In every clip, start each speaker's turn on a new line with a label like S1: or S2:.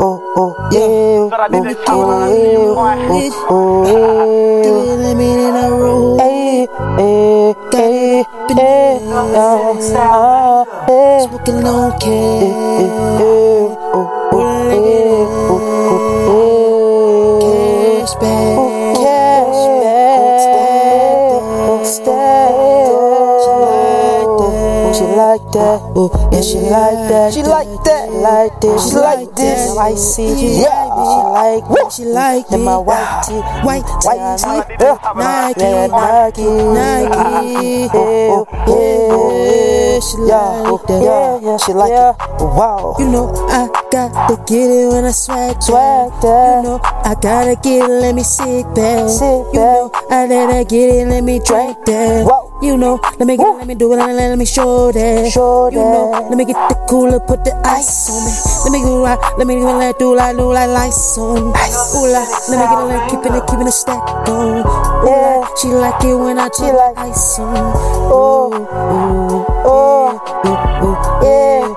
S1: oh, yeah,
S2: But I did that shit when I was in
S1: oh,
S2: my
S1: yeah,
S2: bitch.
S1: oh, yeah.
S3: Three let me in a row.
S1: Ay, ay, ay, ay, ah, ah, eh,
S3: Smoking long can.
S1: eh, oh, oh, eh, oh, oh, eh.
S3: Cash bag.
S1: Cash bag, stay. She like that, oh, yeah, she like that, she like that, like this, she like this, I see, yeah, she like, what she like, and my white tee,
S3: White
S1: white
S3: tee,
S1: tee, Nike, Nike, Nike, oh, yeah, she like that, yeah, yeah, she like it, wow,
S3: You know I got to get it when I swag
S1: swag
S3: that. You
S1: that,
S3: know I gotta get it, let me sit back.
S1: Sit
S3: you
S1: back.
S3: know I let her get it, let me drink that.
S1: Whoa.
S3: You know, let me get,
S1: Woo.
S3: it, let me do it, and let me show that.
S1: Show
S3: you know,
S1: that.
S3: let me get the cooler, put the ice on me. Let me go right, let me do it, let do like do like lights on. Ice. Ooh la, let me get it, let keeping it, keeping it stacked on. Ooh,
S1: Yeah.
S3: la, she like it when I do
S1: like-
S3: ice on.
S1: oh, oh, oh, yeah,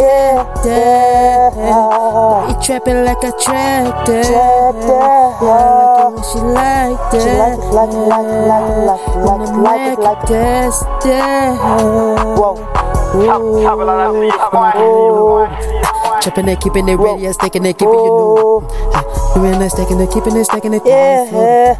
S1: yeah,
S3: That.
S1: yeah.
S3: It trapping like a tractor.
S1: Tractor.
S3: She like that.
S1: She like it, like it, like it, like it, like it, like it, like it, like it.
S3: That's that.
S1: Whoa.
S2: Top of the line, I see you, boy.
S3: Trapping it, keeping it ready,
S1: Whoa.
S3: I'm sticking it, keeping you know.
S1: Oh,
S3: Doing it, sticking it, keeping it, sticking it.
S1: yeah,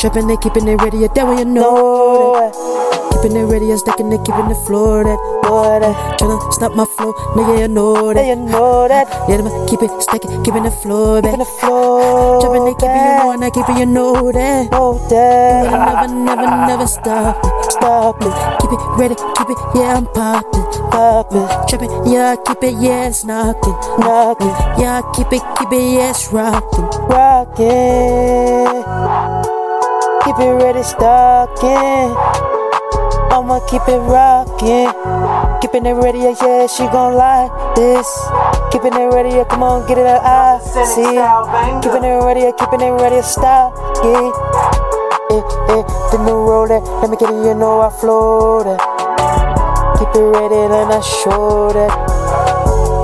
S3: Trapping it, keeping it ready, that way you know. that.
S1: no,
S3: Keeping it ready, I'm sticking it, keeping it floor that.
S1: no, that,
S3: Tryna stop my flow, nigga, you know
S1: yeah,
S3: that.
S1: you know that,
S3: Yeah, I'ma keep it, sticking, keeping it floor
S1: in
S3: that.
S1: the floor,
S3: Trapping it, keeping you know, and I keeping you know that.
S1: know that,
S3: Never, never, never stop.
S1: stop it,
S3: Keep it ready, keep it, yeah, I'm popping.
S1: stop it,
S3: Trapping, yeah, keep it, yeah, it's knocking.
S1: knock it,
S3: Yeah, keep it, keep it, yeah, it's rocking.
S1: rockin'. Keep it ready, stockin'. I'ma keep it rockin'. Keeping it ready, yeah, yeah, she gon' like this. Keeping it ready, yeah, come on, get it out, I see. Keeping it ready, yeah, keeping it ready, stop it. Eh, eh, the new roller, let me get it, you know I flow that. Keep it ready, then I show that.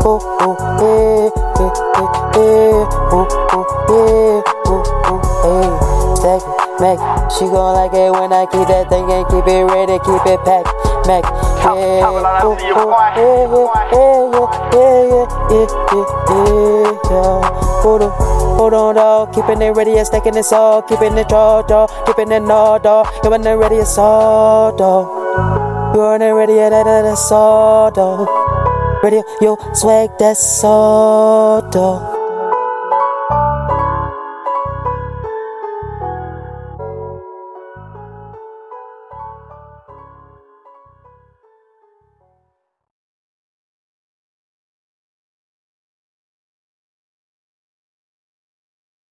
S1: Oh, oh, eh, eh, eh, eh, oh, oh, eh, oh, oh, eh. Stack it, Mac, she gon' like it when I keep that thing and keep it ready, keep it packed, Mac. Yeah,
S2: top of the line, I
S1: oh,
S2: see you,
S1: oh,
S2: boy.
S1: eh, eh, eh, yeah, yeah, yeah, yeah, yeah, yeah. Hold on, hold on, dog. Keeping it ready and stacking it all, keeping it tall, dog. Keeping it all, dog. You want it ready, it's all, dog. You want it ready, yeah, that, that, that's all, dog. Radio, yo, swag, that's all, dog.